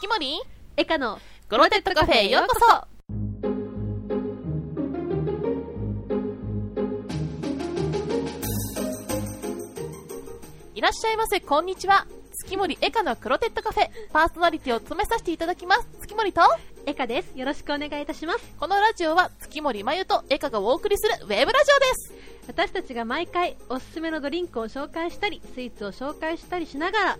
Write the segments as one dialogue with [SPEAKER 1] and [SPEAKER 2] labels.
[SPEAKER 1] キモリン
[SPEAKER 2] エカの
[SPEAKER 1] ゴロテッドカフェへようこそいらっしゃいませ、こんにちは。月森エカのクロテッドカフェ、パーソナリティを務めさせていただきます。月森と、
[SPEAKER 2] エカですよろしくお願いいたします
[SPEAKER 1] このラジオは月森まゆとエカがお送りするウェブラジオです。
[SPEAKER 2] 私たちが毎回おすすめのドリンクを紹介したりスイーツを紹介したりしながら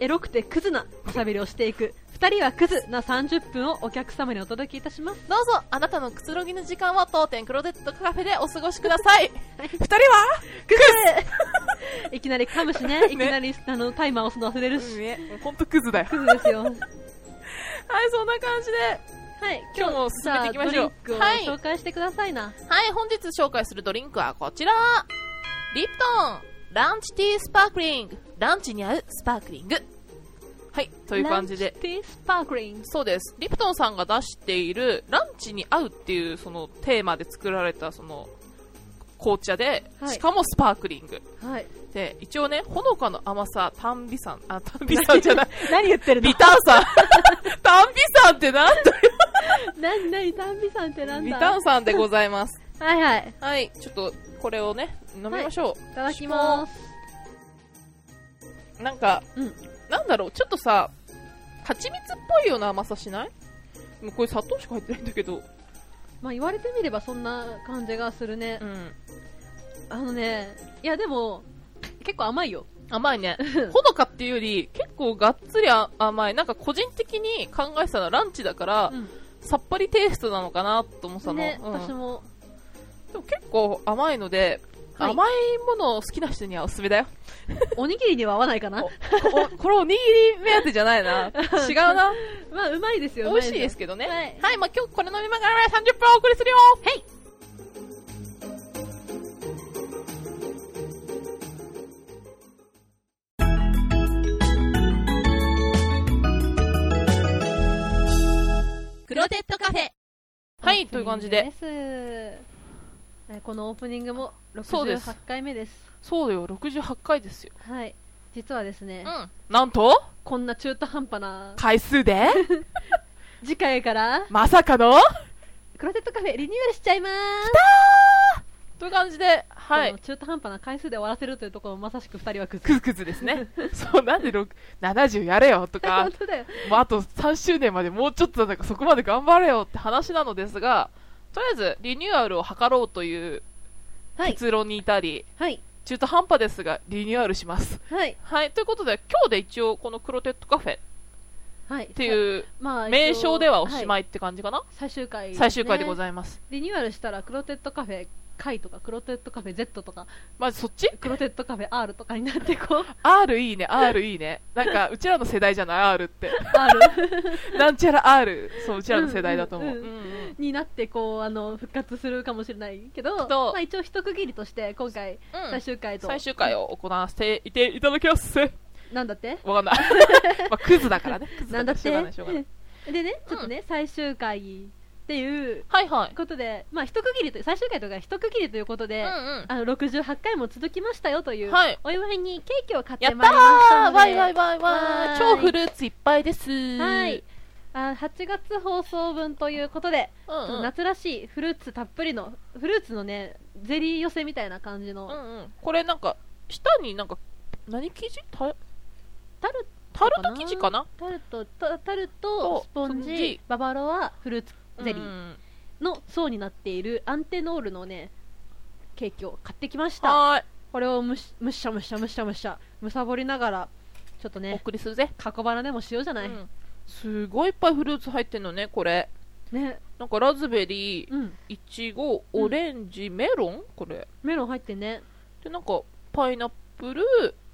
[SPEAKER 2] エロくてクズなおしゃべりをしていく二人はクズな30分をお客様にお届けいたします
[SPEAKER 1] どうぞ、あなたのくつろぎの時間は当店クロテッドカフェでお過ごしくだ さい。
[SPEAKER 2] はい
[SPEAKER 1] 人は
[SPEAKER 2] クズいきなり噛む しねいきなりあのタイマー押すの忘れるし、
[SPEAKER 1] ね、ほんとクズだよ。
[SPEAKER 2] クズですよはい
[SPEAKER 1] はい、そんな感じで。 今日も進めていきましょう
[SPEAKER 2] じゃあド
[SPEAKER 1] は
[SPEAKER 2] リ
[SPEAKER 1] い
[SPEAKER 2] ンクを紹介してくださいな、
[SPEAKER 1] はい、本日紹介するドリンクはこちら。リプトン、ランチティースパークリング。ランチに合うスパークリング。はい、という感じ
[SPEAKER 2] ラン
[SPEAKER 1] で
[SPEAKER 2] チ。ティースパークリング
[SPEAKER 1] そうです。リプトンさんが出している、ランチに合うっていう、そのテーマで作られた、その、紅茶で、
[SPEAKER 2] はい
[SPEAKER 1] しかもスパークリング。
[SPEAKER 2] はい
[SPEAKER 1] で、一応ね、ほのかの甘さ、炭美酸、あ、炭美酸じゃ ない、
[SPEAKER 2] 何言ってるの
[SPEAKER 1] ビター 酸。炭美酸ってなんだ
[SPEAKER 2] 何何ダンビさんってなん
[SPEAKER 1] ビ
[SPEAKER 2] だ
[SPEAKER 1] ター酸でございます。
[SPEAKER 2] はいはい
[SPEAKER 1] はい、ちょっと、これをね、飲みましょう。
[SPEAKER 2] いただきます
[SPEAKER 1] なんか、
[SPEAKER 2] うん
[SPEAKER 1] なんだろう、ちょっとさ、蜂蜜っぽいような甘さしないでもこれ砂糖しか入ってないんだけど。
[SPEAKER 2] まあ言われてみればそんな感じがするね、
[SPEAKER 1] ん。
[SPEAKER 2] あのねいやでも結構甘いよ
[SPEAKER 1] 甘いね。ほのかっていうより、結構がっつりあ甘い。なんか個人的に考えてたらランチだから、
[SPEAKER 2] うん
[SPEAKER 1] さっぱりテイストなのかなと思ってたの。
[SPEAKER 2] ね、
[SPEAKER 1] うん
[SPEAKER 2] 私も
[SPEAKER 1] でも結構甘いので、
[SPEAKER 2] はい
[SPEAKER 1] 甘いものを好きな人にはおすすめだ よ。
[SPEAKER 2] おにぎりには合わないかな
[SPEAKER 1] ここれおにぎり目当てじゃない な。違うな。
[SPEAKER 2] まあうまいですよ
[SPEAKER 1] 美味しいですすけどね。
[SPEAKER 2] は
[SPEAKER 1] はいい。まあ今日これ飲みながら30分お送りするよはい
[SPEAKER 2] クロテッドカフェ
[SPEAKER 1] はい、という感じで。
[SPEAKER 2] すえこのオープニングも
[SPEAKER 1] そうです
[SPEAKER 2] 68回目です
[SPEAKER 1] そうだよ、68回ですよ。
[SPEAKER 2] はい実はですね、
[SPEAKER 1] うん。なんと、
[SPEAKER 2] こんな中途半端な
[SPEAKER 1] 回数 で、
[SPEAKER 2] 次回から
[SPEAKER 1] まさかの、
[SPEAKER 2] クロテッドカフェリニューアルしちゃいまーす
[SPEAKER 1] という感じで、は
[SPEAKER 2] こ
[SPEAKER 1] い
[SPEAKER 2] の。中途半端な回数で終わらせるというところもまさしく2人はクズ
[SPEAKER 1] クズクズですね。そう、なんでろく70やれよとか
[SPEAKER 2] 本、当だよ
[SPEAKER 1] まあ、あと3周年までもうちょっとだからそこまで頑張れよって話なのですが、とりあえずリニューアルを図ろうという
[SPEAKER 2] はい
[SPEAKER 1] 結論に至り、
[SPEAKER 2] はい
[SPEAKER 1] 中途半端ですが、リニューアルします。
[SPEAKER 2] はい
[SPEAKER 1] はい、ということで、今日で一応このクロテッドカフェっ
[SPEAKER 2] はいって
[SPEAKER 1] いう
[SPEAKER 2] まあ、
[SPEAKER 1] 名称ではおしま
[SPEAKER 2] い、
[SPEAKER 1] いって感じかな、
[SPEAKER 2] 最終回、
[SPEAKER 1] 最終回でご
[SPEAKER 2] い
[SPEAKER 1] ざいます。
[SPEAKER 2] ますリニューアルしたらクロテッドカフェ回とかクロテッドカフェ Z とか
[SPEAKER 1] まずそっち
[SPEAKER 2] クロテッドカフェ R とかになってこ う
[SPEAKER 1] R いいね、R いい ね。なんか、うちらの世代じゃない、R って。
[SPEAKER 2] R
[SPEAKER 1] なんちゃら R。そう、うちらの世代だと思う。
[SPEAKER 2] う
[SPEAKER 1] うんん
[SPEAKER 2] う
[SPEAKER 1] うんん
[SPEAKER 2] になってこうあの復活するかもしれないけど、
[SPEAKER 1] と
[SPEAKER 2] まあ、一応一区切りとして今回
[SPEAKER 1] うん
[SPEAKER 2] 最終回と、
[SPEAKER 1] 最終回を行わせていていただきます。わ
[SPEAKER 2] なんだって
[SPEAKER 1] かん ない。まあ、クズだからね。クズ
[SPEAKER 2] なんだ
[SPEAKER 1] か
[SPEAKER 2] っ
[SPEAKER 1] ら
[SPEAKER 2] て
[SPEAKER 1] しょうがない、しょうがない。
[SPEAKER 2] でねちょっとね、最終回っていう
[SPEAKER 1] はいはい。
[SPEAKER 2] ことでまあ一区切りと最終回とか一区切りということで、
[SPEAKER 1] うんうん。
[SPEAKER 2] あの68回も続きましたよという、
[SPEAKER 1] はい
[SPEAKER 2] お祝いにケーキを買っ
[SPEAKER 1] や
[SPEAKER 2] て
[SPEAKER 1] った
[SPEAKER 2] まいりました
[SPEAKER 1] ー
[SPEAKER 2] の
[SPEAKER 1] わ
[SPEAKER 2] で
[SPEAKER 1] いわいわいわ
[SPEAKER 2] わーい
[SPEAKER 1] い。超フルーツいっぱいです。は
[SPEAKER 2] はい。。あ8月放送分ということで、
[SPEAKER 1] うん
[SPEAKER 2] その
[SPEAKER 1] うん。
[SPEAKER 2] 夏らしいフルーツたっぷりのフルーツのねゼリー寄せみたいな感じの、
[SPEAKER 1] うんうん、これなんか、下になんか、何生地タ
[SPEAKER 2] タル
[SPEAKER 1] タルト生地かな
[SPEAKER 2] タルトタタルト
[SPEAKER 1] と
[SPEAKER 2] スポン
[SPEAKER 1] スポン
[SPEAKER 2] ジ
[SPEAKER 1] ジ
[SPEAKER 2] ババロアフルーツゼリ
[SPEAKER 1] うんう
[SPEAKER 2] ー
[SPEAKER 1] ん
[SPEAKER 2] の層になっているアンテノールのねケーキを買ってきました
[SPEAKER 1] は
[SPEAKER 2] これをむしむしゃむしゃむしゃむしゃむさぼりながらちょっと
[SPEAKER 1] ーい。お
[SPEAKER 2] ね
[SPEAKER 1] 送りするぜ。
[SPEAKER 2] 過去花でもしようじゃない、
[SPEAKER 1] うんすごいいっぱいフルーツ入ってんのねこれ
[SPEAKER 2] ね
[SPEAKER 1] なんかラズベリー
[SPEAKER 2] うん
[SPEAKER 1] いちご
[SPEAKER 2] うん
[SPEAKER 1] オレンジ、メロンこれ
[SPEAKER 2] メロン入ってね
[SPEAKER 1] でなんかパイナップル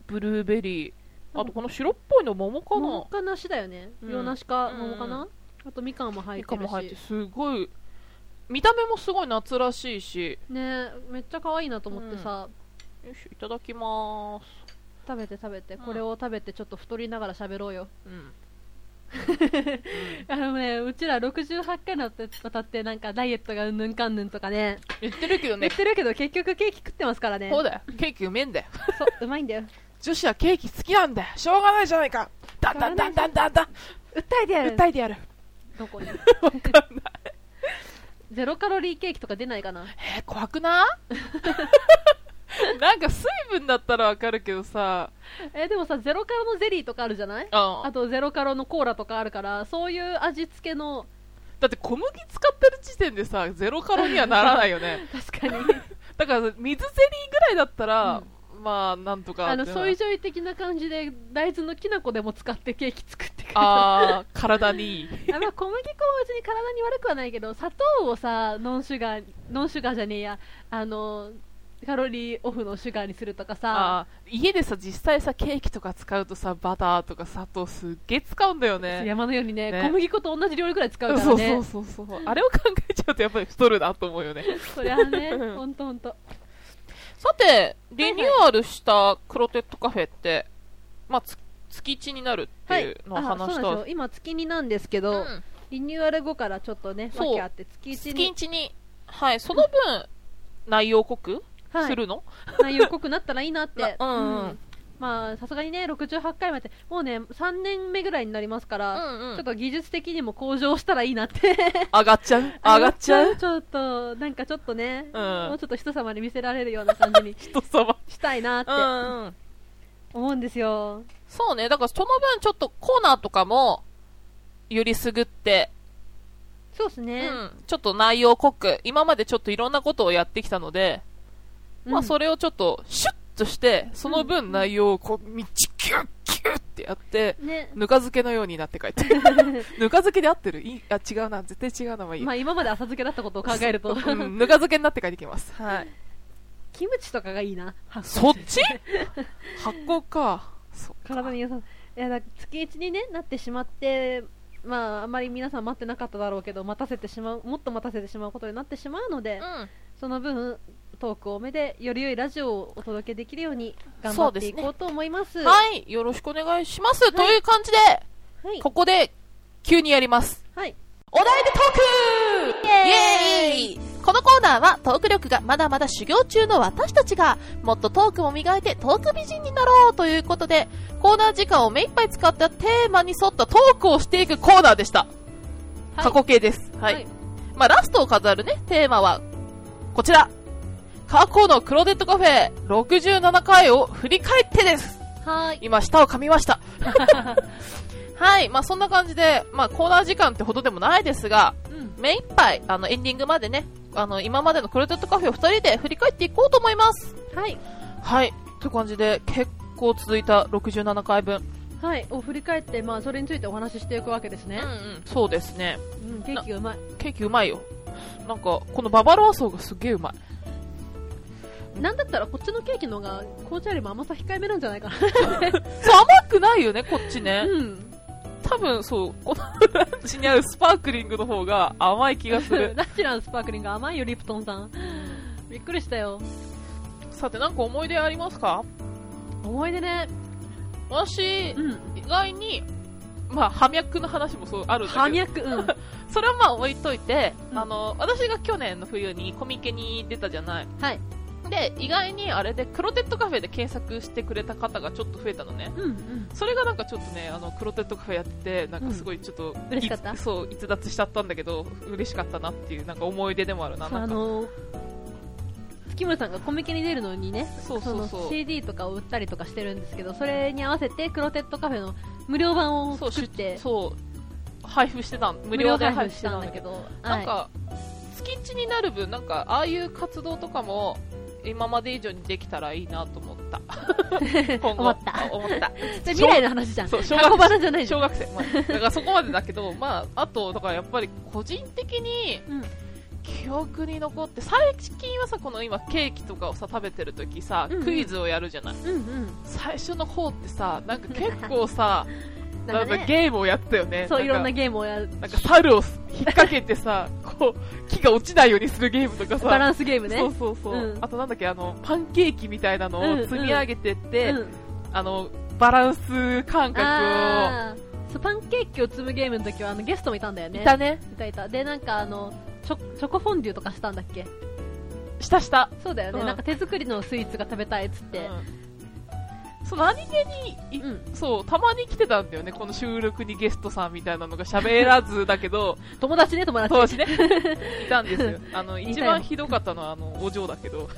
[SPEAKER 1] ブルーベリーあとこの白っぽいの桃かな
[SPEAKER 2] 桃か梨だよね
[SPEAKER 1] うん
[SPEAKER 2] 洋梨か
[SPEAKER 1] うん
[SPEAKER 2] 桃かな、あとみかんも入
[SPEAKER 1] み
[SPEAKER 2] って
[SPEAKER 1] かん
[SPEAKER 2] る
[SPEAKER 1] も
[SPEAKER 2] し
[SPEAKER 1] 入ってすごい見た目もすごい夏らしいし
[SPEAKER 2] ねめっちゃ可愛いなと思ってさ、
[SPEAKER 1] よいしょいただきまーす
[SPEAKER 2] 食べて食べて
[SPEAKER 1] うん
[SPEAKER 2] これを食べてちょっと太りながら喋ろうよ、
[SPEAKER 1] うん
[SPEAKER 2] あのねうちら68回にわたってなんかダイエットがうんぬんかんぬんとかね
[SPEAKER 1] 言ってるけど
[SPEAKER 2] 言
[SPEAKER 1] ね
[SPEAKER 2] ってるけど結局ケーキ食ってますからね
[SPEAKER 1] そうだよケーキうめえんだよ
[SPEAKER 2] そううまいんだよ
[SPEAKER 1] 女子はケーキ好きなんだよしょうがないじゃないかだんだんだんだんだんだん
[SPEAKER 3] 訴えてやる
[SPEAKER 1] 訴えてやる。
[SPEAKER 2] ど こに
[SPEAKER 1] わかんない。
[SPEAKER 2] ゼロカロリーケーキとか出ないかな
[SPEAKER 1] えー怖くない なんか水分だったらわかるけどさ。
[SPEAKER 2] えでもさゼロカロのゼリーとかあるじゃない
[SPEAKER 1] あ
[SPEAKER 2] あとゼロカロのコーラとかあるからそういう味付けの
[SPEAKER 1] だって小麦使ってる時点でさ、ゼロカロにはならないよね。
[SPEAKER 2] 確 かに
[SPEAKER 1] だから水ゼリーぐらいだったら、まあなんとか
[SPEAKER 2] あの
[SPEAKER 1] ってな
[SPEAKER 2] ソイジョイ的な感じで大豆のきな粉でも使ってケーキ作ってくれた
[SPEAKER 1] あー体に いい
[SPEAKER 2] あまあ、小麦粉はうちに体に悪くはないけど砂糖をさノンシュガーノンシュガーじゃねえやあのカロリーオフのシュガーにするとか
[SPEAKER 1] あ
[SPEAKER 2] さ
[SPEAKER 1] ー家でさ実際さケーキとか使うとさバターとか砂糖すっげえ使うんだよね
[SPEAKER 2] 山のようにね
[SPEAKER 1] ね
[SPEAKER 2] 小麦粉と同じ量ぐらい使うからね
[SPEAKER 1] そうそうそうそうあれを考えちゃうとやっぱり太るなと思うよね
[SPEAKER 2] そりゃあねほんとほんと
[SPEAKER 1] さてリニューアルしたクロテッドカフェって、まあ、つ月1になるっていうのを
[SPEAKER 2] あそうなん
[SPEAKER 1] 話
[SPEAKER 2] で
[SPEAKER 1] し
[SPEAKER 2] す
[SPEAKER 1] た、
[SPEAKER 2] よ今月になんですけ
[SPEAKER 1] う
[SPEAKER 2] ど、
[SPEAKER 1] ん
[SPEAKER 2] リニューアル後からちょっとね
[SPEAKER 1] そう
[SPEAKER 2] 訳あって月1に
[SPEAKER 1] 月1にはいその分、内容濃く
[SPEAKER 2] はい
[SPEAKER 1] するの、
[SPEAKER 2] 内容濃くなったらいいなって、
[SPEAKER 1] な うんうん
[SPEAKER 2] まあさすがにね68回までもうね3年目ぐらいになりますか
[SPEAKER 1] う
[SPEAKER 2] ら、
[SPEAKER 1] んうん
[SPEAKER 2] ちょっと技術的にも向上したらいいなって
[SPEAKER 1] 上がっちゃう上がっちゃう
[SPEAKER 2] ちょっとなんかちょっとね、
[SPEAKER 1] うん
[SPEAKER 2] もうちょっと人様に見せられるような感じに
[SPEAKER 1] 人様
[SPEAKER 2] したいなって
[SPEAKER 1] うんうん
[SPEAKER 2] 思うんですよ、
[SPEAKER 1] そうね、だからその分ちょっとコーナーとかも、よりすぐって、
[SPEAKER 2] そうです
[SPEAKER 1] う
[SPEAKER 2] ね、
[SPEAKER 1] ん、ちょっと内容濃く、今までちょっといろんなことをやってきたので、まあそ
[SPEAKER 2] れ
[SPEAKER 1] れをちょっとシュッとして、その分内容をこう、みっちキュッキュッってやって、
[SPEAKER 2] ね
[SPEAKER 1] ぬか漬けのようになって帰って。 ぬか漬けで合ってるいいあ、違うな、絶対違うな、まあいい。
[SPEAKER 2] まあ今まで浅漬けだったことを考えると
[SPEAKER 1] うん、ぬか漬けになって帰ってきます。はい。
[SPEAKER 2] キムチとかがいいな 発
[SPEAKER 1] そっち発酵か。そっか
[SPEAKER 2] 体に良さそういやだから月一に、ね、なってしまってまああまり皆さん待ってなかっただろうけど待たせてしまうもっと待たせてしまうことになってしまうので、
[SPEAKER 1] うん。
[SPEAKER 2] その分トークをめでより良いラジオをお届けできるように頑張っていこうと思います
[SPEAKER 1] はい、よろしくお願いします。という感じで、
[SPEAKER 2] はい
[SPEAKER 1] ここで、急にやります。
[SPEAKER 2] はい
[SPEAKER 1] お題でトークイエーイこのコーナーはトーク力がまだまだ修行中の私たちがもっとトークを磨いてトーク美人になろうということでコーナー時間を目いっぱい使ったテーマに沿ったトークをしていくコーナーでした。
[SPEAKER 2] はい
[SPEAKER 1] 過去形です。はい。
[SPEAKER 2] はい
[SPEAKER 1] まあラストを飾るね、テーマはこちら。過去のクローデットカフェ67回を振り返ってです。
[SPEAKER 2] はーい
[SPEAKER 1] 今、舌を噛みま した。はい。まあ、そんな感じで、まあ、コーナー時間ってほどでもないですが、
[SPEAKER 2] うん
[SPEAKER 1] 目いっぱい、あの、エンディングまでね、あの、今までのクロテッドカフェを二人で振り返っていこうと思います。
[SPEAKER 2] はい
[SPEAKER 1] はい。という感じで、結構続いた67回分。
[SPEAKER 2] はいを振り返ってまあそれについてお話ししていくわけです
[SPEAKER 1] うんう、
[SPEAKER 2] ね
[SPEAKER 1] ん。そうですね。
[SPEAKER 2] うん、ケーキがうまい
[SPEAKER 1] ケーキうまいよ。なんか、このババロアソーがすげえうまい。
[SPEAKER 2] なんだったらこっちのケーキの方が紅茶よりも甘さ控えめなんじゃないか
[SPEAKER 1] そう、甘くないよね、こっち
[SPEAKER 2] な
[SPEAKER 1] ね。
[SPEAKER 2] うん。
[SPEAKER 1] 多分、そう、このランチに合うスパークリングの方が甘い気がする
[SPEAKER 2] ナチュラルスパークリング甘いよリプトンさんびっくりしたよ
[SPEAKER 1] さて、なんか思い出ありますか
[SPEAKER 2] 思い出ね
[SPEAKER 1] 私、
[SPEAKER 2] うん
[SPEAKER 1] 意外に、まあ、破脈の話もそうあるんだけど。
[SPEAKER 2] 反逆うん
[SPEAKER 1] それはまあ置いといて、
[SPEAKER 2] うん
[SPEAKER 1] あの、私が去年の冬にコミケに出たじゃない。
[SPEAKER 2] はい
[SPEAKER 1] で、意外にあれでクロテッドカフェで検索してくれた方がちょっと増えたのね。
[SPEAKER 2] うん うん
[SPEAKER 1] それがなんかちょっとね、あの、クロテッドカフェやってて、なんかすごいちょっと、
[SPEAKER 2] 嬉しかった
[SPEAKER 1] いそう、逸脱しちゃったんだけど、嬉しかったなっていう、なんか思い出でもあるな。
[SPEAKER 2] あ
[SPEAKER 1] なんか
[SPEAKER 2] の月村さんがコミケに出るのにね
[SPEAKER 1] そうそうそう
[SPEAKER 2] の CD とかを売ったりとかしてるんですけどそれに合わせてクロテッドカフェの無料版を
[SPEAKER 1] そう、
[SPEAKER 2] 作って
[SPEAKER 1] そう、配布してたん、無
[SPEAKER 2] 無
[SPEAKER 1] 料
[SPEAKER 2] 料
[SPEAKER 1] で
[SPEAKER 2] 配
[SPEAKER 1] 配布
[SPEAKER 2] 布
[SPEAKER 1] し
[SPEAKER 2] して
[SPEAKER 1] た
[SPEAKER 2] た
[SPEAKER 1] ん
[SPEAKER 2] ん
[SPEAKER 1] だ
[SPEAKER 2] だ
[SPEAKER 1] け
[SPEAKER 2] け
[SPEAKER 1] ど。
[SPEAKER 2] ど
[SPEAKER 1] なんか、月一になる分、なんか、ああいう活動とかも、今まで以上にできたらいいなと思った。今後
[SPEAKER 2] 思った
[SPEAKER 1] あ思った。
[SPEAKER 2] そ れ未来の話じゃん
[SPEAKER 1] そう小
[SPEAKER 2] 過去話じゃないじゃん
[SPEAKER 1] 小学生。まあ、だからそこまでだけど、まあ、あと、だからやっぱり個人的に
[SPEAKER 2] うん、
[SPEAKER 1] 記憶に残って、最近はさ、この今ケーキとかをさ、食べてる時さ
[SPEAKER 2] うんう、ん
[SPEAKER 1] クイズをやるじゃない。
[SPEAKER 2] うんうん
[SPEAKER 1] 最初の方ってさ、なんか結構さ、
[SPEAKER 2] な
[SPEAKER 1] なんん
[SPEAKER 2] か
[SPEAKER 1] か
[SPEAKER 2] ね
[SPEAKER 1] ゲームをやってたよね。
[SPEAKER 2] そういろん
[SPEAKER 1] か
[SPEAKER 2] なゲームをやる
[SPEAKER 1] なんか猿を引っ掛けてさ、こう、木が落ちないようにするゲームとかさ。
[SPEAKER 2] バランスゲームね
[SPEAKER 1] そうそうそう。
[SPEAKER 2] うん
[SPEAKER 1] あとなんだっけ、あの、パンケーキみたいなのを積み上げてって、
[SPEAKER 2] うん
[SPEAKER 1] あの、バランス感覚
[SPEAKER 2] あーそうパンケーキを積むゲームの時はあのゲストもいたんだよ
[SPEAKER 1] を。
[SPEAKER 2] ね
[SPEAKER 1] いたね。
[SPEAKER 2] いたいたでなんかあのチョチョコフォンデュとかしたんだっけ
[SPEAKER 1] したした。
[SPEAKER 2] そうだよね、
[SPEAKER 1] うん
[SPEAKER 2] なんか手作りのスイーツが食べたいっつって、
[SPEAKER 1] うんそう何気にい、
[SPEAKER 2] うん
[SPEAKER 1] そう、たまに来てたんだよね、この収録にゲストさんみたいなのが喋らずだけ ど、
[SPEAKER 2] 友達ね、友達。
[SPEAKER 1] そうし ね、いたんですよ。あの、
[SPEAKER 2] いたよ
[SPEAKER 1] 一番ひどかったのは、あの、お嬢だけど、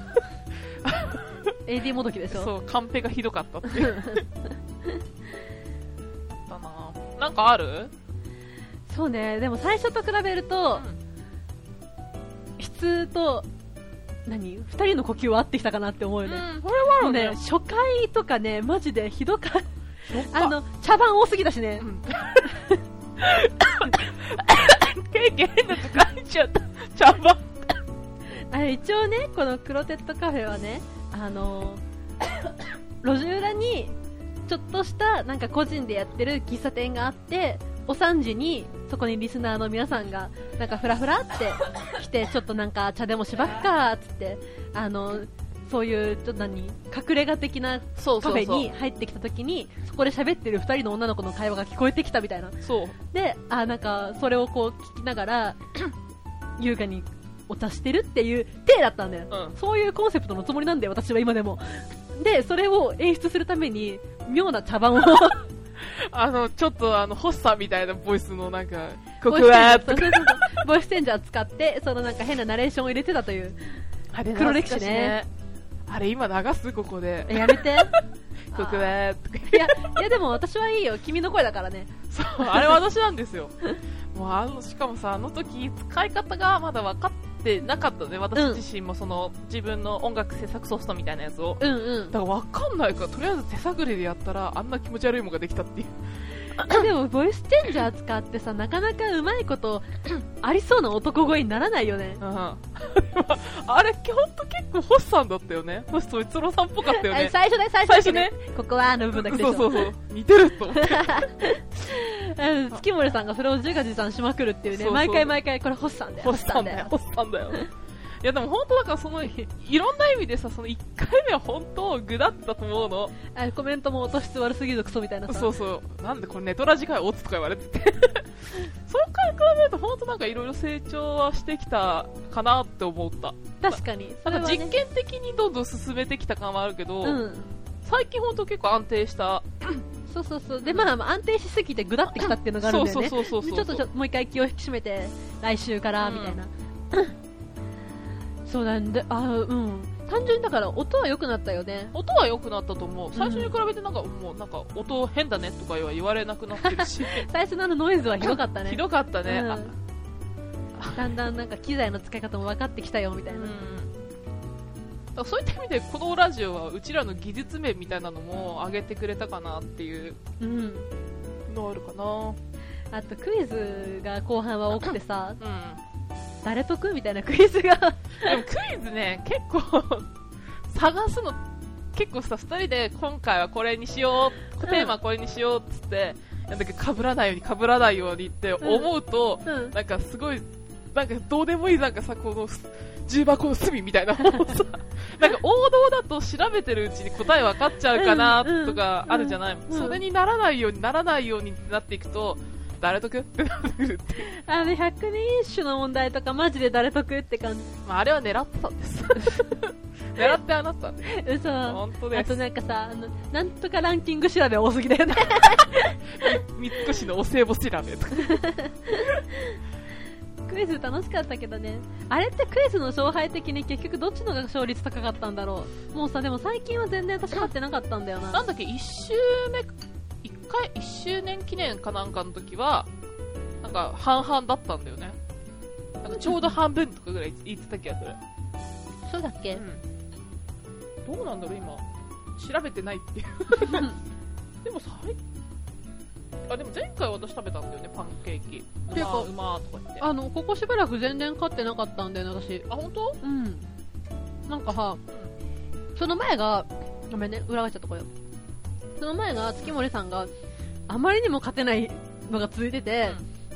[SPEAKER 2] AD もどきでし ょ。
[SPEAKER 1] そう、カンペがひどかったって 言ったななんかある
[SPEAKER 2] そうね、でも最初と比べると、質と、何二人の呼吸は合ってきたかなって思う
[SPEAKER 1] う
[SPEAKER 2] よね。
[SPEAKER 1] ん、これはあ
[SPEAKER 2] もう
[SPEAKER 1] る
[SPEAKER 2] ね
[SPEAKER 1] ね。、
[SPEAKER 2] 初回とかね、マジでひどかっ
[SPEAKER 1] そっか
[SPEAKER 2] あの、茶番多すぎだしね
[SPEAKER 1] う。んケーキ変なとこ入っちゃった。茶番。
[SPEAKER 2] あれ一応ね、このクロテッドカフェはね、あ のー路地裏に、ちょっとした、なんか個人でやってる喫茶店があって、お3時に、そこにリスナーの皆さんが、なんかふらふらって来て、ちょっとなんか茶でもしばっか、つって、あのーそういう、ちょっと何、隠れ家的な
[SPEAKER 1] そう
[SPEAKER 2] カ
[SPEAKER 1] そう
[SPEAKER 2] フ
[SPEAKER 1] そう。
[SPEAKER 2] ェに入ってきた時に、そこで喋ってる2人の女の子の会話が聞こえてきたみたいな。
[SPEAKER 1] そう。
[SPEAKER 2] で、あ、なんか、それをこう聞きながら、 優雅にお茶してるっていう体だったんだよ。
[SPEAKER 1] うん。
[SPEAKER 2] そういうコンセプトのつもりなんだよ、私は今でも。で、それを演出するために、妙な 茶番を。
[SPEAKER 1] あの、ちょっとあの、ホッサみたいなボイスのなんか、こ
[SPEAKER 2] ボ
[SPEAKER 1] こ
[SPEAKER 2] イスチェ
[SPEAKER 1] は
[SPEAKER 2] ンジャーそうそうそうそうボイスチェンジャー使って、そのなんか変なナレーションを入れてた という。黒歴史ね。
[SPEAKER 1] あれ今流すここで。
[SPEAKER 2] えやめて。
[SPEAKER 1] ここはとか
[SPEAKER 2] いや、いやでも私はいいよ。君の声だからね。
[SPEAKER 1] そう、あれ私なんですよ。もうあの、しかもさ、あの時、使い方がまだ分かってなかったね。私自身もその、自分の音楽制作ソフトみたいなやつを。
[SPEAKER 2] うんうん。
[SPEAKER 1] だから分かんないから、とりあえず手探りでやったら、あんな気持ち悪いもんができたっていう。
[SPEAKER 2] えでも、ボイスチェンジャー使ってさ、なかなかうまいこと、 ありそうな男声にならないよね。
[SPEAKER 1] うん。あれ、ほんと結構星さんだったよね。星と一郎さんっぽかったよ
[SPEAKER 2] あれ
[SPEAKER 1] ね。
[SPEAKER 2] 最初ね、最
[SPEAKER 1] 最
[SPEAKER 2] 初
[SPEAKER 1] 初
[SPEAKER 2] ね
[SPEAKER 1] ね。
[SPEAKER 2] ここはあの部分だけでしょ。
[SPEAKER 1] そうそうそう。似てると 思って。
[SPEAKER 2] うん月森さんがそれを自画自賛しまくるっていう
[SPEAKER 1] そう
[SPEAKER 2] ね、
[SPEAKER 1] そう
[SPEAKER 2] 毎回毎回これ星さんだよ。
[SPEAKER 1] 星さんだよ。。星さんだよ。いやでも本当だからその、いろんな意味でさ、その1回目は本当グダったと思うの。
[SPEAKER 2] あコメントも音質悪すぎるぞクソみたいなさ。
[SPEAKER 1] そうそう。なんでこれネトラ次回オツとか言われて て。その回から比べると本当なんかいろいろ成長はしてきたかなって思った。
[SPEAKER 2] 確かに。それ
[SPEAKER 1] な
[SPEAKER 2] は
[SPEAKER 1] ん
[SPEAKER 2] ね
[SPEAKER 1] か実験的にどんどん進めてきた感はあるけど、
[SPEAKER 2] うん。
[SPEAKER 1] 最近本当結構安定した。
[SPEAKER 2] そうそうそう。で、まあ、まあ安定しすぎてグダってきたっていうのがあるんだよね。
[SPEAKER 1] そうそうそうそうそう
[SPEAKER 2] でちょっとちょもう一回気を引き締めて、来週から、みたいな。 そうなんで、あうん。単純にだから音は良くなったよね。
[SPEAKER 1] 音は良くなったと思う。最初に比べてなんかもうなんか音変だねとかは言われなくなってる し。
[SPEAKER 2] 最初のあのノイズはひどかったね。
[SPEAKER 1] ひどかったね。
[SPEAKER 2] うん
[SPEAKER 1] あ
[SPEAKER 2] だんだんなんか機材の使い方も分かってきたよ、みたいな。
[SPEAKER 1] だからそういった意味でこのラジオはうちらの技術面みたいなのも上げてくれたかなっていう
[SPEAKER 2] うん。
[SPEAKER 1] のあるかな
[SPEAKER 2] あとクイズが後半は多くてさ、
[SPEAKER 1] うん
[SPEAKER 2] 誰得みたいなクイズが
[SPEAKER 1] でもクイズね結構探すの結構さ2人で今回はこれにしよう
[SPEAKER 2] うん
[SPEAKER 1] テーマこれにしようっつってなんだけどかぶらないようにかぶらないようにって思うと、
[SPEAKER 2] うん
[SPEAKER 1] なんかすごいなんかどうでもいいなんかさこのす重箱の隅みたい なものをさなんか王道だと調べてるうちに答え分かっちゃうかな
[SPEAKER 2] うんうん
[SPEAKER 1] とかあるじゃない、
[SPEAKER 2] うん
[SPEAKER 1] それにならないようにならないようにってなっていくと誰得ってなってくるっていう、
[SPEAKER 2] あの百人一首の問題とかマジで誰得って感じ
[SPEAKER 1] まあ、あれは狙ってたんです 狙ってあなた
[SPEAKER 2] 嘘あ
[SPEAKER 1] 本当です
[SPEAKER 2] となんかさあのなんとかランキング調べ多すぎだよね
[SPEAKER 1] 三越のお歳暮調べとか。
[SPEAKER 2] クイズ楽しかったけどねあれってクイズの勝敗的に結局どっちのが勝率高かったんだろうもうさでも最近は全然私勝ってなかったんだよ な
[SPEAKER 1] なんだっけ、一周目、一回、一周年記念かなんかの時は、なんか半々だったんだよね。なんかちょうど半分とかぐらい言ってた気がする。
[SPEAKER 2] そうだっけ
[SPEAKER 1] うん。どうなんだろう、今。調べてないっていう。 でも最、あ、でも前回私食べたんだよね、パンケーキ。
[SPEAKER 2] ていう
[SPEAKER 1] う
[SPEAKER 2] か
[SPEAKER 1] まうまとか言って。あ、
[SPEAKER 2] あのここしばらく全然勝ってなかったんだよね私
[SPEAKER 1] 本当
[SPEAKER 2] うんなんかさ、その前が、ごめんね、裏返っちゃったこよ。その前が、月森さんが、あまりにも勝てないのが続いてて、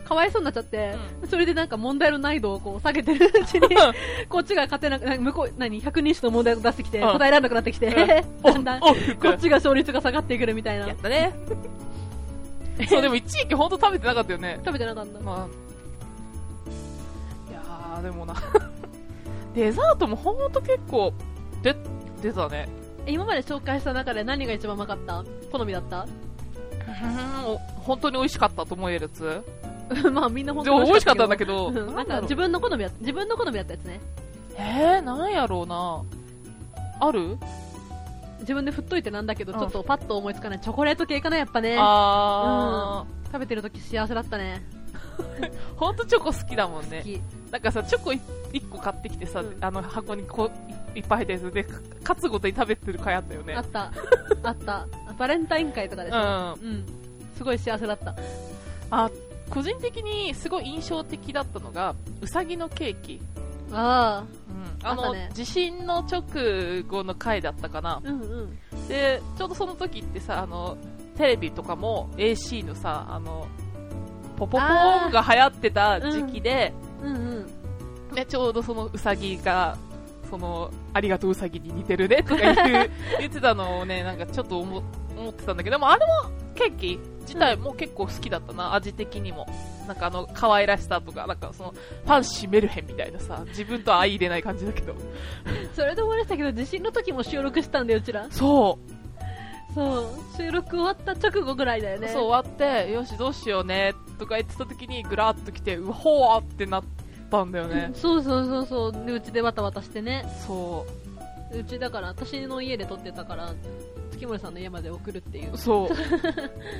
[SPEAKER 2] かわいそうになっちゃって、それでなんか問題の難易度をこう下げてるうち に、こっちが勝てなく、なんか向こう、何、100人種の問題を出してきて、
[SPEAKER 1] うん
[SPEAKER 2] 答えられなくなってきて、 だんだん、こ
[SPEAKER 1] おふく
[SPEAKER 2] っちが勝率が下がってくるみたいな。
[SPEAKER 1] たね。 そう、でも一時期本当食べてなかったよね。
[SPEAKER 2] 食べてなかった。
[SPEAKER 1] まあ、いや ー、でもな、デザートもほんと結構出、出たね。
[SPEAKER 2] え今まで紹介した中で何が一番うまかった好みだった
[SPEAKER 1] 本当に美味しかったと思えるやつ
[SPEAKER 2] まあみんな本
[SPEAKER 1] で
[SPEAKER 2] 当
[SPEAKER 1] も
[SPEAKER 2] に
[SPEAKER 1] 美味しかったんだ
[SPEAKER 2] け
[SPEAKER 1] けど、
[SPEAKER 2] どうんなんか自分の好みや自分の好みだったやつね
[SPEAKER 1] えー、なんやろうな。ある
[SPEAKER 2] 自分で振っといてなんだけど、
[SPEAKER 1] うん
[SPEAKER 2] ちょっとパッと思いつかないチョコレート系かなやっぱね
[SPEAKER 1] あ
[SPEAKER 2] 食べてる時幸せだったね
[SPEAKER 1] ー、ほんとチョコ好きだもん
[SPEAKER 2] 好
[SPEAKER 1] ね。
[SPEAKER 2] き
[SPEAKER 1] なんかさ、チョコい一個買ってきてさ、
[SPEAKER 2] うん
[SPEAKER 1] あの箱にこういいっぱい入ったやつで、かかつごとに食べてる回あったよね
[SPEAKER 2] あ。ったあ ったバレンタイン会とかでし
[SPEAKER 1] う
[SPEAKER 2] ょ
[SPEAKER 1] ん。
[SPEAKER 2] うんすごい幸せだった
[SPEAKER 1] あ、個人的にすごい印象的だったのが、うさぎのケーキ。
[SPEAKER 2] あ
[SPEAKER 1] あ
[SPEAKER 2] あっ
[SPEAKER 1] の、
[SPEAKER 2] たね
[SPEAKER 1] 地震の直後の回だったかな
[SPEAKER 2] あ。うんうん
[SPEAKER 1] で、ちょうどその時ってさ、あの、テレビとかも AC のさ、あの、ポポポーンが流行ってた時期で、
[SPEAKER 2] うんうん
[SPEAKER 1] ね、ちょうどそのうさぎが、その、ありがとううさぎに似てるねとか言う言ってたのをね、なんかちょっと思思ってたんだけど、でもあれもケーキ自体も結構好きだったな、味的にも。なんかあの、可愛らしさとか、なんかその、ファンシーメルヘンみたいなさ、自分とは相入れない感じだけど。
[SPEAKER 2] それで思い出したけど地震の時も収録したんだようちら
[SPEAKER 1] そう、
[SPEAKER 2] そう収録終わった直後ぐらいだよね
[SPEAKER 1] そう終わって、よしどうしようねとか言ってた時にぐらっと来て、うほーってなったんだよね
[SPEAKER 2] ん。そうそうそうそうでうちでバタバタしてね
[SPEAKER 1] そう
[SPEAKER 2] ちだから私の家で撮ってたから月森さんの家まで送るっていう
[SPEAKER 1] う、そう、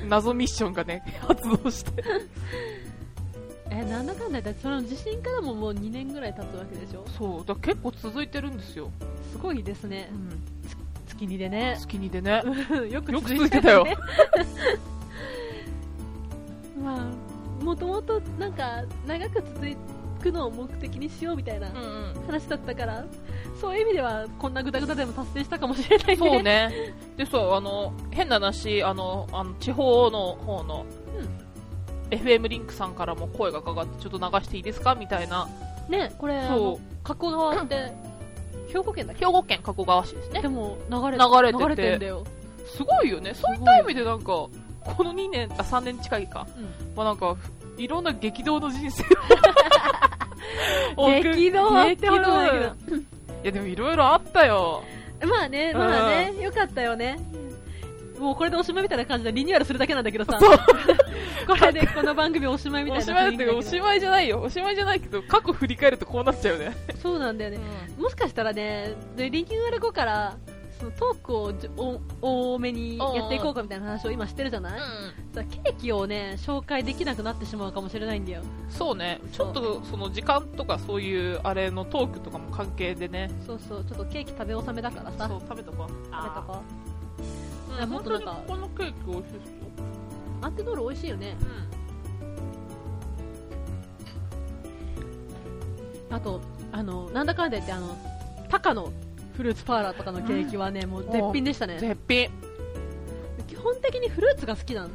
[SPEAKER 1] 謎ミッションがね、発動して。
[SPEAKER 2] えなんだかんだ言ってその地震からももう2年ぐらい経つわけでしょ
[SPEAKER 1] そう、だから結構続いてるんですよ。
[SPEAKER 2] すごいですね
[SPEAKER 1] うん
[SPEAKER 2] 月2でね
[SPEAKER 1] スキニで ね。
[SPEAKER 2] よく
[SPEAKER 1] よく続いてたよ
[SPEAKER 2] ねまあ もともとなんか長く続くのを目的にしようみたいな話だったから、そういう意味ではこんなグダグダでも達成したかもしれないね
[SPEAKER 1] そう ね。で、そう、あの、変な話、あの、あの地方の方の、FM リンクさんからも声がかかって、ちょっと流していいですかみたいな。
[SPEAKER 2] ねこれ
[SPEAKER 1] そう
[SPEAKER 2] あの加古川って兵庫県だっけ
[SPEAKER 1] 兵庫県加古川市ですね
[SPEAKER 2] で。も流れ
[SPEAKER 1] 流れてて
[SPEAKER 2] んだよ、
[SPEAKER 1] すごいよね。そういった意味でなんか、この2年、あ、3年近いか。まあなんか、いろんな激動の人生を 送っ。
[SPEAKER 2] 激動はあってほどだけど
[SPEAKER 1] 激動 いやでもいろいろあったよ。
[SPEAKER 2] まあねまあねよかったよねもうこれでおしまいみたいな感じでリニューアルするだけなんだけどさ
[SPEAKER 1] そう
[SPEAKER 2] これでこの番組おしまいみたい
[SPEAKER 1] お
[SPEAKER 2] な
[SPEAKER 1] しまいだ
[SPEAKER 2] 雰囲
[SPEAKER 1] って
[SPEAKER 2] 気だけど
[SPEAKER 1] おしまいじゃないよ。おしまいじゃないけど、過去振り返るとこうなっちゃうね。
[SPEAKER 2] そうなんだよね、もしかしたらね、でリニューアル後から、そのトークをじょお多めにやっていこうかみたいな話を今してるじゃない、だからケーキをね、紹介できなくなってしまうかもしれないんだよ。
[SPEAKER 1] そうね、ちょっとその時間とかそういうあれのトークとかも関係でね、
[SPEAKER 2] そうそう、ちょっとケーキ食べ納めだから
[SPEAKER 1] そ
[SPEAKER 2] さ、
[SPEAKER 1] う
[SPEAKER 2] 食べ
[SPEAKER 1] 食べとこう。
[SPEAKER 2] たか。
[SPEAKER 1] う
[SPEAKER 2] あ
[SPEAKER 1] ん、
[SPEAKER 2] も
[SPEAKER 1] 本当
[SPEAKER 2] っとな
[SPEAKER 1] に
[SPEAKER 2] んか
[SPEAKER 1] ここのケーキ美味しいですよ。
[SPEAKER 2] アンテノール美味しいよね。あと、あの、なんだかんだ言って、あの、タカのフルーツパーラーとかのケーキはね、もう絶品でしたね。
[SPEAKER 1] 絶品。
[SPEAKER 2] 基本的にフルーツが好きなの。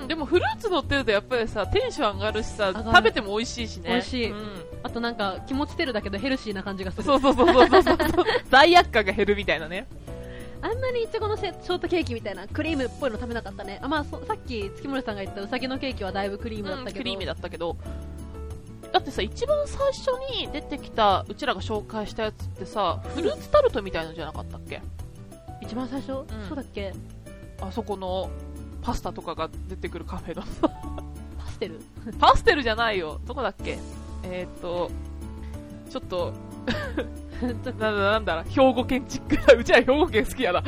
[SPEAKER 1] うん、でもフルーツ乗ってるとやっぱりさ、テンション上がるしさ、
[SPEAKER 2] 上がる
[SPEAKER 1] 食べても美味しいしね。
[SPEAKER 2] 美味しい
[SPEAKER 1] うん
[SPEAKER 2] あとなんか、気持ちてるだけどヘルシーな感じがする。
[SPEAKER 1] そうそうそうそうそうそう。 罪悪感が減るみたいなね。
[SPEAKER 2] あんまりいちごのショートケーキみたいなクリームっぽいの食べなかったねあ、まあ、そさっき月森さんが言ったうさぎのケーキはだいぶクリームだったけど、
[SPEAKER 1] クリームだったけど。だってさ、一番最初に出てきた、うちらが紹介したやつってさ、フルーツタルトみたいのじゃなかったっけ
[SPEAKER 2] 一番最初、
[SPEAKER 1] ん
[SPEAKER 2] そうだっけ
[SPEAKER 1] あそこのパスタとかが出てくるカフェの
[SPEAKER 2] パステル
[SPEAKER 1] パステルじゃないよどこだっけえー、っとちょっと なんだなんだ兵庫県チックうちら兵庫県好きやな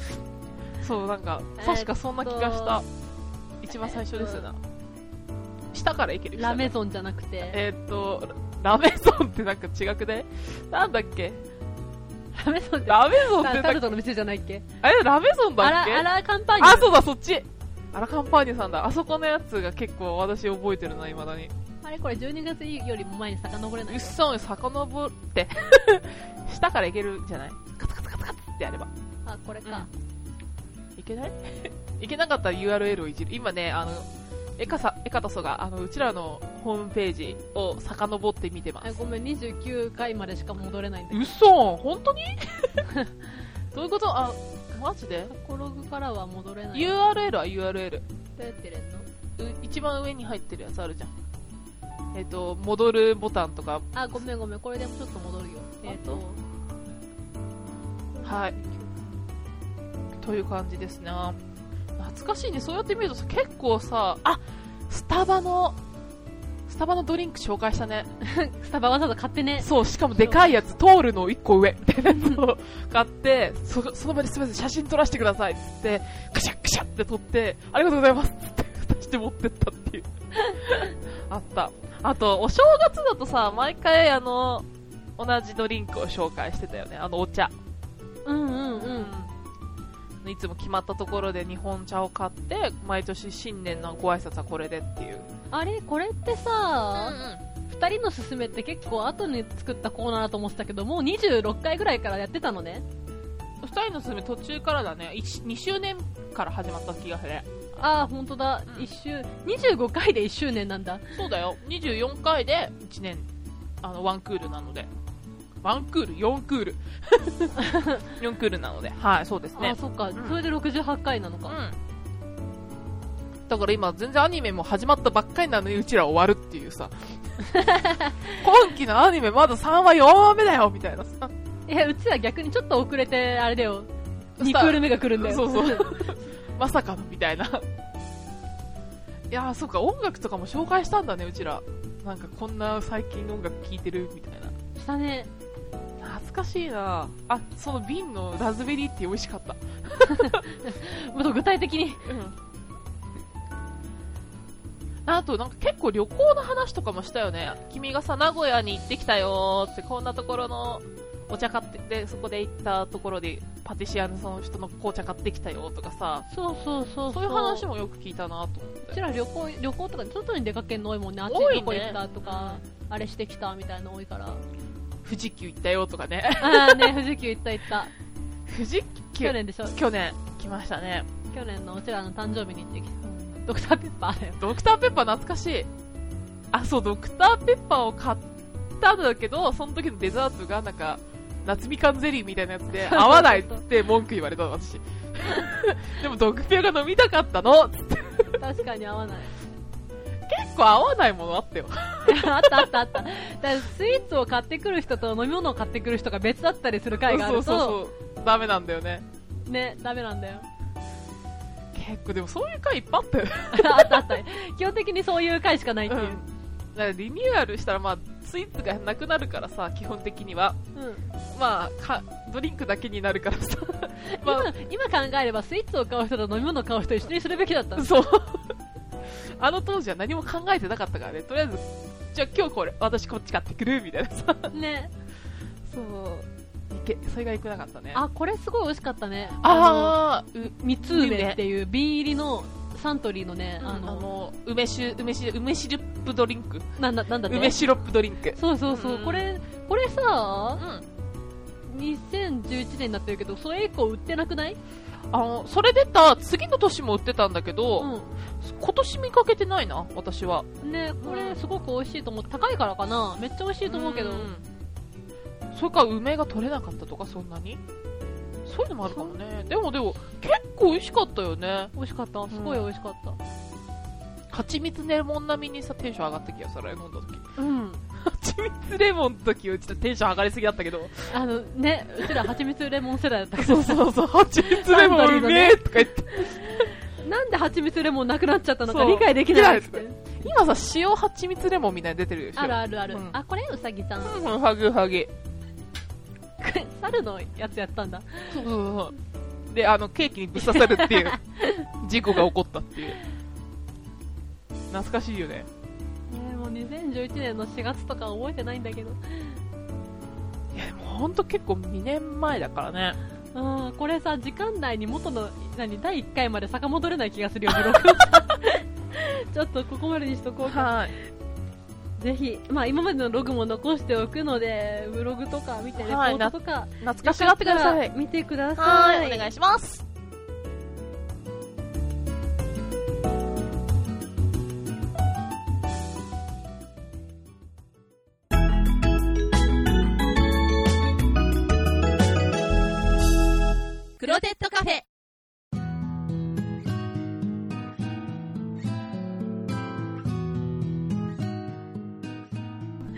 [SPEAKER 1] そうなんか
[SPEAKER 2] えーっと
[SPEAKER 1] 確かそんな気がした、一番最初ですよな、下からいける
[SPEAKER 2] ラメ
[SPEAKER 1] 下
[SPEAKER 2] ゾンじゃなく
[SPEAKER 1] から
[SPEAKER 2] て
[SPEAKER 1] えー、っとラメゾンってなんか違くねなんだっけ
[SPEAKER 2] ラメゾンって
[SPEAKER 1] ラメゾンって
[SPEAKER 2] タ
[SPEAKER 1] な
[SPEAKER 2] タ
[SPEAKER 1] ん
[SPEAKER 2] ル
[SPEAKER 1] か
[SPEAKER 2] トの店じゃないっけ
[SPEAKER 1] あれラメゾン
[SPEAKER 2] あ
[SPEAKER 1] だっけ
[SPEAKER 2] らあらカンパーニ
[SPEAKER 1] あ
[SPEAKER 2] ュ
[SPEAKER 1] そうだそっちあらカンパーニュさんだあそこのやつが結構私覚えてるな未だに
[SPEAKER 2] あれこれ12月よりも前に遡れな
[SPEAKER 1] うっ
[SPEAKER 2] い
[SPEAKER 1] そん遡って 下からいけるんじゃないカツカツカツカツってやれば
[SPEAKER 2] あこれか、
[SPEAKER 1] いけない いけなかったら URL をいじる今ねあのエカさエカタソがあのうちらのホームページを遡って見てま
[SPEAKER 2] あ
[SPEAKER 1] す
[SPEAKER 2] ごめん29回までしか戻れないんだけ
[SPEAKER 1] うっそん本当に どういうことあマジで
[SPEAKER 2] どカタログからは戻れないど
[SPEAKER 1] URL は URL
[SPEAKER 2] うやって入れんの
[SPEAKER 1] う一番上に入ってるやつあるじゃんえっ、と戻るボタンとか
[SPEAKER 2] あごめんごめんこれでもちょっと戻るよえっ、と
[SPEAKER 1] はいという感じですね。懐かしいね。そうやって見るとさ結構さ、あ、スタバの、スタバのドリンク紹介したね。
[SPEAKER 2] スタバわざわざ買ってね。
[SPEAKER 1] そう、しかもでかいやつ、通るの1個上、 みたいなやつを買って、そその場ですみません、写真撮らせてくださいって言って、カシャッカシャッって撮って、ありがとうございますって言って、出して持ってった っていう。あった。あと、お正月だとさ、毎回あの、同じドリンクを紹介してたよね、あのお茶。
[SPEAKER 2] うんうんう。
[SPEAKER 1] うんん。いつも決まったところで日本茶を買って、毎年新年のご挨拶はこれでっていう。
[SPEAKER 2] あれこれってさ、二人のすすめって結構後に作ったコーナーだと思ってたけど、もう26回ぐらいからやってたのね。
[SPEAKER 1] 二人のすすめ途中からだね、2周年から始まった気がする。
[SPEAKER 2] ああ、ほんとだ。
[SPEAKER 1] うん
[SPEAKER 2] 一周、25回で1周年なんだ。
[SPEAKER 1] そうだよ。24回で1年、あの、ワンクールなので。ワンクール ?4 クー ル。4クールなので。はい、そうです
[SPEAKER 2] あ
[SPEAKER 1] ね
[SPEAKER 2] あ、。そっか。
[SPEAKER 1] ん
[SPEAKER 2] それで68回なの
[SPEAKER 1] う
[SPEAKER 2] か。
[SPEAKER 1] ん。だから今、全然アニメも始まったばっかりなのに、うちら終わるっていう さ。今期のアニメまだ3話4話目だよみたいなさ。
[SPEAKER 2] いや、うちは逆にちょっと遅れて、あれだよ。
[SPEAKER 1] さ
[SPEAKER 2] 2クール目が来るんだよ。
[SPEAKER 1] そうそう。まさかのみたいな。いやー、そうか、音楽とかも紹介したんだね、うちら。なんかこんな最近の音楽聴いてるみたいな。
[SPEAKER 2] したね。
[SPEAKER 1] 懐かしいなあその瓶のラズベリーティー美味しかった、
[SPEAKER 2] もっと具体的に。
[SPEAKER 1] あとなんか結構旅行の話とかもしたよね君がさ名古屋に行ってきたよーってこんなところのお茶買ってでそこで行ったところでパティシエのその人の紅茶買ってきたよとかさ
[SPEAKER 2] そうそうそう。
[SPEAKER 1] そういう話。もよく聞いたなと思っ
[SPEAKER 2] うち
[SPEAKER 1] て
[SPEAKER 2] ら旅行、旅行とか、外に出かけるの多いもんね。あっち
[SPEAKER 1] 多いね
[SPEAKER 2] どこ行ったとか、あれしてきたみたいなの多いから。
[SPEAKER 1] 富士急行ったよとかね
[SPEAKER 2] ああね、富士急行った行 った。
[SPEAKER 1] 富士急
[SPEAKER 2] 去年でしょ。
[SPEAKER 1] 去年来ましたね
[SPEAKER 2] 去年のうちらの誕生日に行ってきた。ドクターペッパーだよ。
[SPEAKER 1] ドクターペッパー懐かしい。あ、そう、ドクターペッパーを買ったんだけど、その時のデザートがなんか、夏みかんゼリーみたいなやつ で、合わないっつって文句言われたの、私。 でも、毒ペアが飲みたかったの結
[SPEAKER 2] 確かに合わない。
[SPEAKER 1] 構合わないものあったよ。
[SPEAKER 2] いやあったあったあった。だからスイーツを買ってくる人と飲み物を買ってくる人が別だったりする
[SPEAKER 1] そ
[SPEAKER 2] 会
[SPEAKER 1] う
[SPEAKER 2] があ
[SPEAKER 1] そう
[SPEAKER 2] ると、
[SPEAKER 1] そう。ダメなんだよね。
[SPEAKER 2] ね、ダメなんだよ。
[SPEAKER 1] 結構、でもそういう回いっぱいあったよね。
[SPEAKER 2] あったあった。基本的にそういう会しかないって
[SPEAKER 1] う
[SPEAKER 2] い
[SPEAKER 1] ん
[SPEAKER 2] う。。
[SPEAKER 1] だからリニューアルしたら、まあ、スイーツがなくなるからさ、基本的には。
[SPEAKER 2] うん
[SPEAKER 1] まあ、かドリンクだけになるから さ。まあ
[SPEAKER 2] 今今考えればスイーツを買う人と飲み物を買う人一緒にするべき だった。
[SPEAKER 1] そう。あの当時は何も考えてなかったからね。とりあえず、じゃあ今日これ、私こっち買ってくるみたいなさ。
[SPEAKER 2] ね。
[SPEAKER 1] そう。いけ、それがいくなかったね。
[SPEAKER 2] あ、これすごい美味しかったね。
[SPEAKER 1] あー、う
[SPEAKER 2] あの、三つ梅っていう瓶入りのサントリーのね、
[SPEAKER 1] あ
[SPEAKER 2] あの、
[SPEAKER 1] の、梅酒、梅酒、梅シロップドリンク。
[SPEAKER 2] なんだ、なんだって
[SPEAKER 1] 梅シロップドリンク。
[SPEAKER 2] そうそうそう、
[SPEAKER 1] うん
[SPEAKER 2] これ、これ
[SPEAKER 1] う
[SPEAKER 2] さ、
[SPEAKER 1] ん。
[SPEAKER 2] 2011年になってるけど、それ以降売ってなくない
[SPEAKER 1] あの、それ出た、次の年も売ってたんだけど、
[SPEAKER 2] う
[SPEAKER 1] 今年見かけてないな、私は。
[SPEAKER 2] ん。ね、こ
[SPEAKER 1] う
[SPEAKER 2] れ
[SPEAKER 1] ん
[SPEAKER 2] すごく美味しいと思って、高いからかなめっちゃ美味しいと思うけど。
[SPEAKER 1] んそれから梅が取れなかったとか、そんなにそういうのもあるかもね。でもでも、結構美味しかったよね。
[SPEAKER 2] 美味しかった。すごい美味しかった。
[SPEAKER 1] 蜂蜜レモン並みにさ、テンション上がった気がする、飲んだ時。
[SPEAKER 2] うん。
[SPEAKER 1] 蜂蜜レモンの時、うちょっとテンション上がりすぎだったけど。
[SPEAKER 2] あの、ね、うちら蜂蜜レモン世代だったけ
[SPEAKER 1] そうそうそう、蜂蜜レモンうめえとか言って。
[SPEAKER 2] ど、なんで蜂蜜レモンなくなっちゃったのか
[SPEAKER 1] そう
[SPEAKER 2] 理解できないっ
[SPEAKER 1] で
[SPEAKER 2] て
[SPEAKER 1] きな今さ、塩蜂蜜レモンみたいに出てるでしょ。
[SPEAKER 2] あるあるある。
[SPEAKER 1] うん
[SPEAKER 2] あ、これうさぎさん。
[SPEAKER 1] うんうん、はぎはぎ。
[SPEAKER 2] 猿のやつやったんだ。
[SPEAKER 1] そうそうそうそう。で、あの、ケーキにぶっ刺さるっていう、事故が起こったっていう。懐かしいよね。
[SPEAKER 2] ねもう2011年の4月とか覚えてないんだけど。
[SPEAKER 1] いや、でもほんと結構2年前だからね。
[SPEAKER 2] うん、これさ、時間内に元の、何、第1回まで遡れない気がするよ、ブ ログ。ちょっとここまでにしとこうか。
[SPEAKER 1] はい。
[SPEAKER 2] ぜひ、まあ今までのログも残しておくので、ブログとか見て、レポ
[SPEAKER 1] はい
[SPEAKER 2] ートとか、
[SPEAKER 1] 懐かしがってください。
[SPEAKER 2] 見てください。
[SPEAKER 1] お願いします。
[SPEAKER 3] クロテッドカフェ。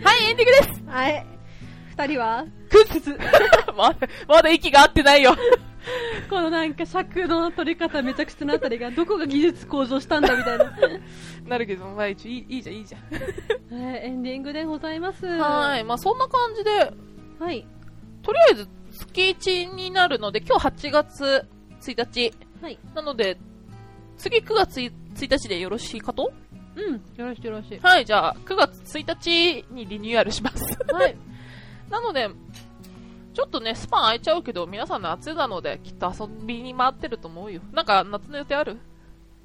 [SPEAKER 1] はい、エンディングです
[SPEAKER 2] はい。二人は
[SPEAKER 1] くっつまだ、まだ息が合ってないよ。
[SPEAKER 2] このなんか尺の取り方めちゃくちゃなあたりがどこが技術向上したんだみたい な、
[SPEAKER 1] なるけど、まあ一応いいいいじゃん、いいじゃ
[SPEAKER 2] えーエンディングでございます
[SPEAKER 1] ん。はい。まあそんな感じで、
[SPEAKER 2] はい
[SPEAKER 1] とりあえず月1になるので、今日8月1日。
[SPEAKER 2] はい
[SPEAKER 1] なので、次9月1日でよろしいかと
[SPEAKER 2] うんよろしくよろしく
[SPEAKER 1] はい、じゃあ9月1日にリニューアルします。
[SPEAKER 2] はい
[SPEAKER 1] なので、ちょっとね、スパン空いちゃうけど、皆さん夏なので、きっと遊びに回ってると思うよ。なんか夏の予定ある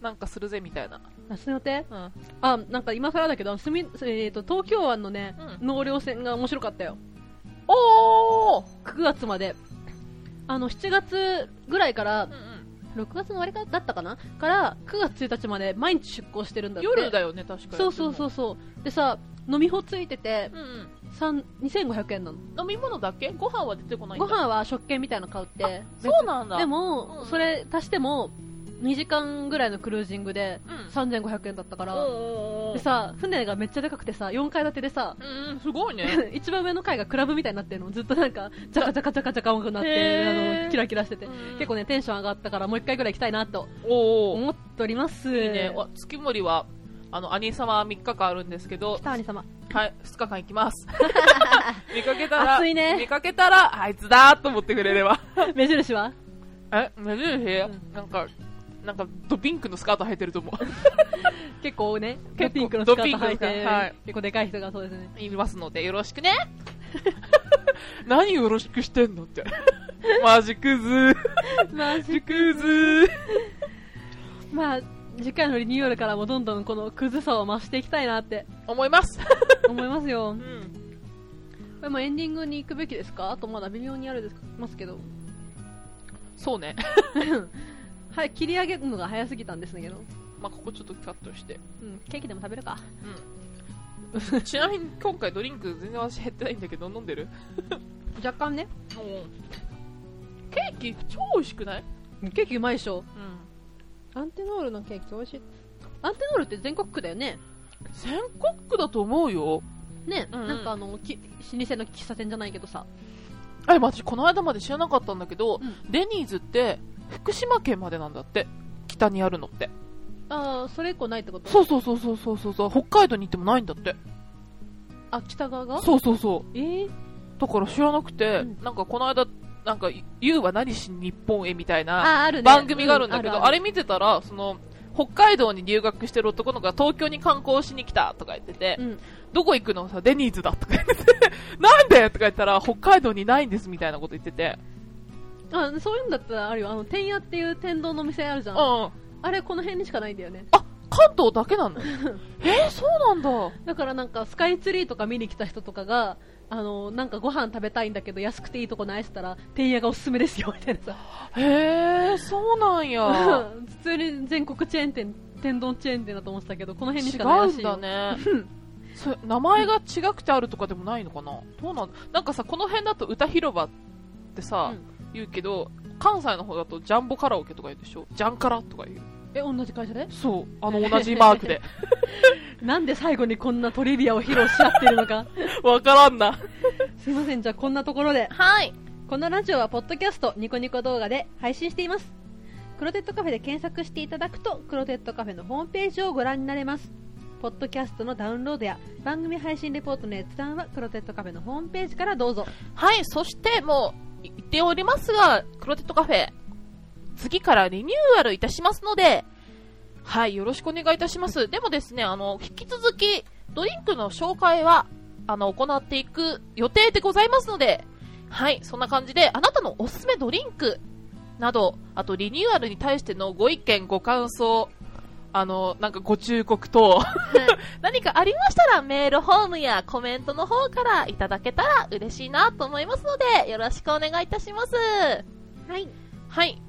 [SPEAKER 1] なんかするぜ、みたいな。
[SPEAKER 2] 夏の予定
[SPEAKER 1] うん。
[SPEAKER 2] あなんか今更だけどすみ、えー、と東京湾のね、
[SPEAKER 1] う
[SPEAKER 2] 納涼船が面白かったよ
[SPEAKER 1] おー
[SPEAKER 2] 9月まであの7月ぐらいから
[SPEAKER 1] うんうん
[SPEAKER 2] 6月の終わりかだったかなから9月1日まで毎日出航してるんだって
[SPEAKER 1] 夜だよね、確か。
[SPEAKER 2] そうそうそううそうでさ飲み放ついてて
[SPEAKER 1] うんうん。
[SPEAKER 2] 3 2500円なの
[SPEAKER 1] 飲み物だけご飯は出てこないん
[SPEAKER 2] ご
[SPEAKER 1] だ
[SPEAKER 2] 飯は食券みたいなの買うって
[SPEAKER 1] そうなんだ。
[SPEAKER 2] で、も、
[SPEAKER 1] うん
[SPEAKER 2] それ足しても2時間ぐらいのクルージングで
[SPEAKER 1] うん。
[SPEAKER 2] 3500円だったから、
[SPEAKER 1] お
[SPEAKER 2] でさ船がめっちゃでかくてさ4階建てでさ、
[SPEAKER 1] うんうん、すごいね。
[SPEAKER 2] 一番上の階がクラブみたいになってるのずっとなんかジャカジャカジャカジャカ音楽になって
[SPEAKER 1] へー
[SPEAKER 2] あのキラキラしてて、
[SPEAKER 1] うん
[SPEAKER 2] 結構ねテンション上がったからもう1回ぐらい行きたいなと
[SPEAKER 1] おー
[SPEAKER 2] 思っております
[SPEAKER 1] いいね。わ月森は、あの、兄様は3日間あるんですけど、
[SPEAKER 2] 北兄様
[SPEAKER 1] はい、2日間行き ます。見かけたら、
[SPEAKER 2] 暑いね
[SPEAKER 1] 見かけたら、あいつだーと思ってくれ れば。
[SPEAKER 2] 目印は
[SPEAKER 1] え、目印、
[SPEAKER 2] うん
[SPEAKER 1] なんか、なんか、ドピンクのスカート履いてると思
[SPEAKER 2] 結構ね
[SPEAKER 1] 結構
[SPEAKER 2] ピンクのスカート履い
[SPEAKER 1] ドピンクのス
[SPEAKER 2] て、
[SPEAKER 1] カはい
[SPEAKER 2] 結構でかい人がそうですね
[SPEAKER 1] う。いますので、よろしく ね。何よろしくしてんのって。マジクズ
[SPEAKER 2] マジ
[SPEAKER 1] ジクズ
[SPEAKER 2] まあ次回のリニューアルからもどんどんこのクズさを増していきたいなって
[SPEAKER 1] 思います。
[SPEAKER 2] 思いますよ
[SPEAKER 1] うん。
[SPEAKER 2] これもエンディングに行くべきですかあとまだ微妙にあるですますけど
[SPEAKER 1] そうね。
[SPEAKER 2] はい切り上げるのが早すぎたんですけど、
[SPEAKER 1] まあ、ここちょっとカットして。
[SPEAKER 2] うん、ケーキでも食べるか
[SPEAKER 1] うん。ちなみに今回ドリンク全然私減ってないんだけど飲んでる
[SPEAKER 2] 若干ね
[SPEAKER 1] ケーキ超美味しくない
[SPEAKER 2] ケーキうまいでしょ
[SPEAKER 1] うん。
[SPEAKER 2] アンテノールのケーキ美味しいアンテノールって全国区だよね
[SPEAKER 1] 全国区だと思うよ。
[SPEAKER 2] ね、
[SPEAKER 1] うんうん
[SPEAKER 2] なんかあのき老舗の喫茶店じゃないけどさ
[SPEAKER 1] あれ、私この間まで知らなかったんだけど、
[SPEAKER 2] うん
[SPEAKER 1] デニーズって福島県までなんだって。北にあるのって。
[SPEAKER 2] ああそれ以降ないってこと
[SPEAKER 1] そうそうそうそうそうそうそう。北海道に行ってもないんだって。
[SPEAKER 2] あ北側が
[SPEAKER 1] そうそうそう。
[SPEAKER 2] えー、
[SPEAKER 1] だから知らなくて、
[SPEAKER 2] うん
[SPEAKER 1] なんかこの間、なんか、ゆうは何しに日本へみたいな
[SPEAKER 2] ああるね
[SPEAKER 1] 番組があるんだけど、
[SPEAKER 2] う
[SPEAKER 1] あれ見てたら、その、北海道に留学してる男の子が東京に観光しに来たとか言ってて、
[SPEAKER 2] うん
[SPEAKER 1] どこ行くのさ、デニーズだとか言ってて、 なんでとか言ったら、北海道にないんですみたいなこと言ってて、
[SPEAKER 2] あそういうんだったらあるよあの天屋っていう天丼の店あるじゃ、
[SPEAKER 1] うんん。あ、
[SPEAKER 2] あれこの辺にしかないんだよね
[SPEAKER 1] 関東だけなの えー、そうなんだ。
[SPEAKER 2] だからなんかスカイツリーとか見に来た人とかがあのなんかご飯食べたいんだけど安くていいとこないっつったら店屋がおすすめですよみたいな
[SPEAKER 1] へえ、そうなんや
[SPEAKER 2] さ。普通に全国チェーン店天丼チェーン店だと思ってたけどこの辺に
[SPEAKER 1] 違
[SPEAKER 2] しかないら
[SPEAKER 1] う
[SPEAKER 2] し
[SPEAKER 1] ん
[SPEAKER 2] いよ
[SPEAKER 1] だね。そ名前が違くてあるとかでもないのかなどうなんなんかさ、この辺だと歌広場ってさ、
[SPEAKER 2] うん
[SPEAKER 1] 言うけど、関西の方だとジャンボカラオケとか言うでしょジャンカラとか言う。
[SPEAKER 2] え同じ会社で
[SPEAKER 1] そう、あの同じマークで。
[SPEAKER 2] なんで最後にこんなトリビアを披露し合ってるの か
[SPEAKER 1] わからんな。
[SPEAKER 2] すいませんじゃあこんなところで
[SPEAKER 1] はい。
[SPEAKER 2] このラジオはポッドキャストニコニコ動画で配信していますクロテッドカフェで検索していただくとクロテッドカフェのホームページをご覧になれますポッドキャストのダウンロードや番組配信レポートの閲覧はクロテッドカフェのホームページからどうぞ
[SPEAKER 1] はい、そしてもう、言っておりますが、クロテッドカフェ、次からリニューアルいたしますので、はい、よろしくお願いいたします。でもですね、あの、引き続き、ドリンクの紹介は、あの、行っていく予定でございますので、はい、そんな感じで、あなたのおすすめドリンクなど、あとリニューアルに対してのご意見、ご感想、あの、なんかご忠告等、何かありましたらメールフォームやコメントの方からいただけたら嬉しいなと思いますので、よろしくお願いいたします。
[SPEAKER 2] はい
[SPEAKER 1] はい。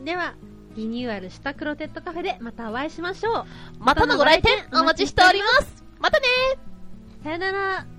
[SPEAKER 2] ではリニューアルしたクロテッドカフェでまたお会いしましょう
[SPEAKER 1] またのご来店お待ちしております。またね
[SPEAKER 2] さよなら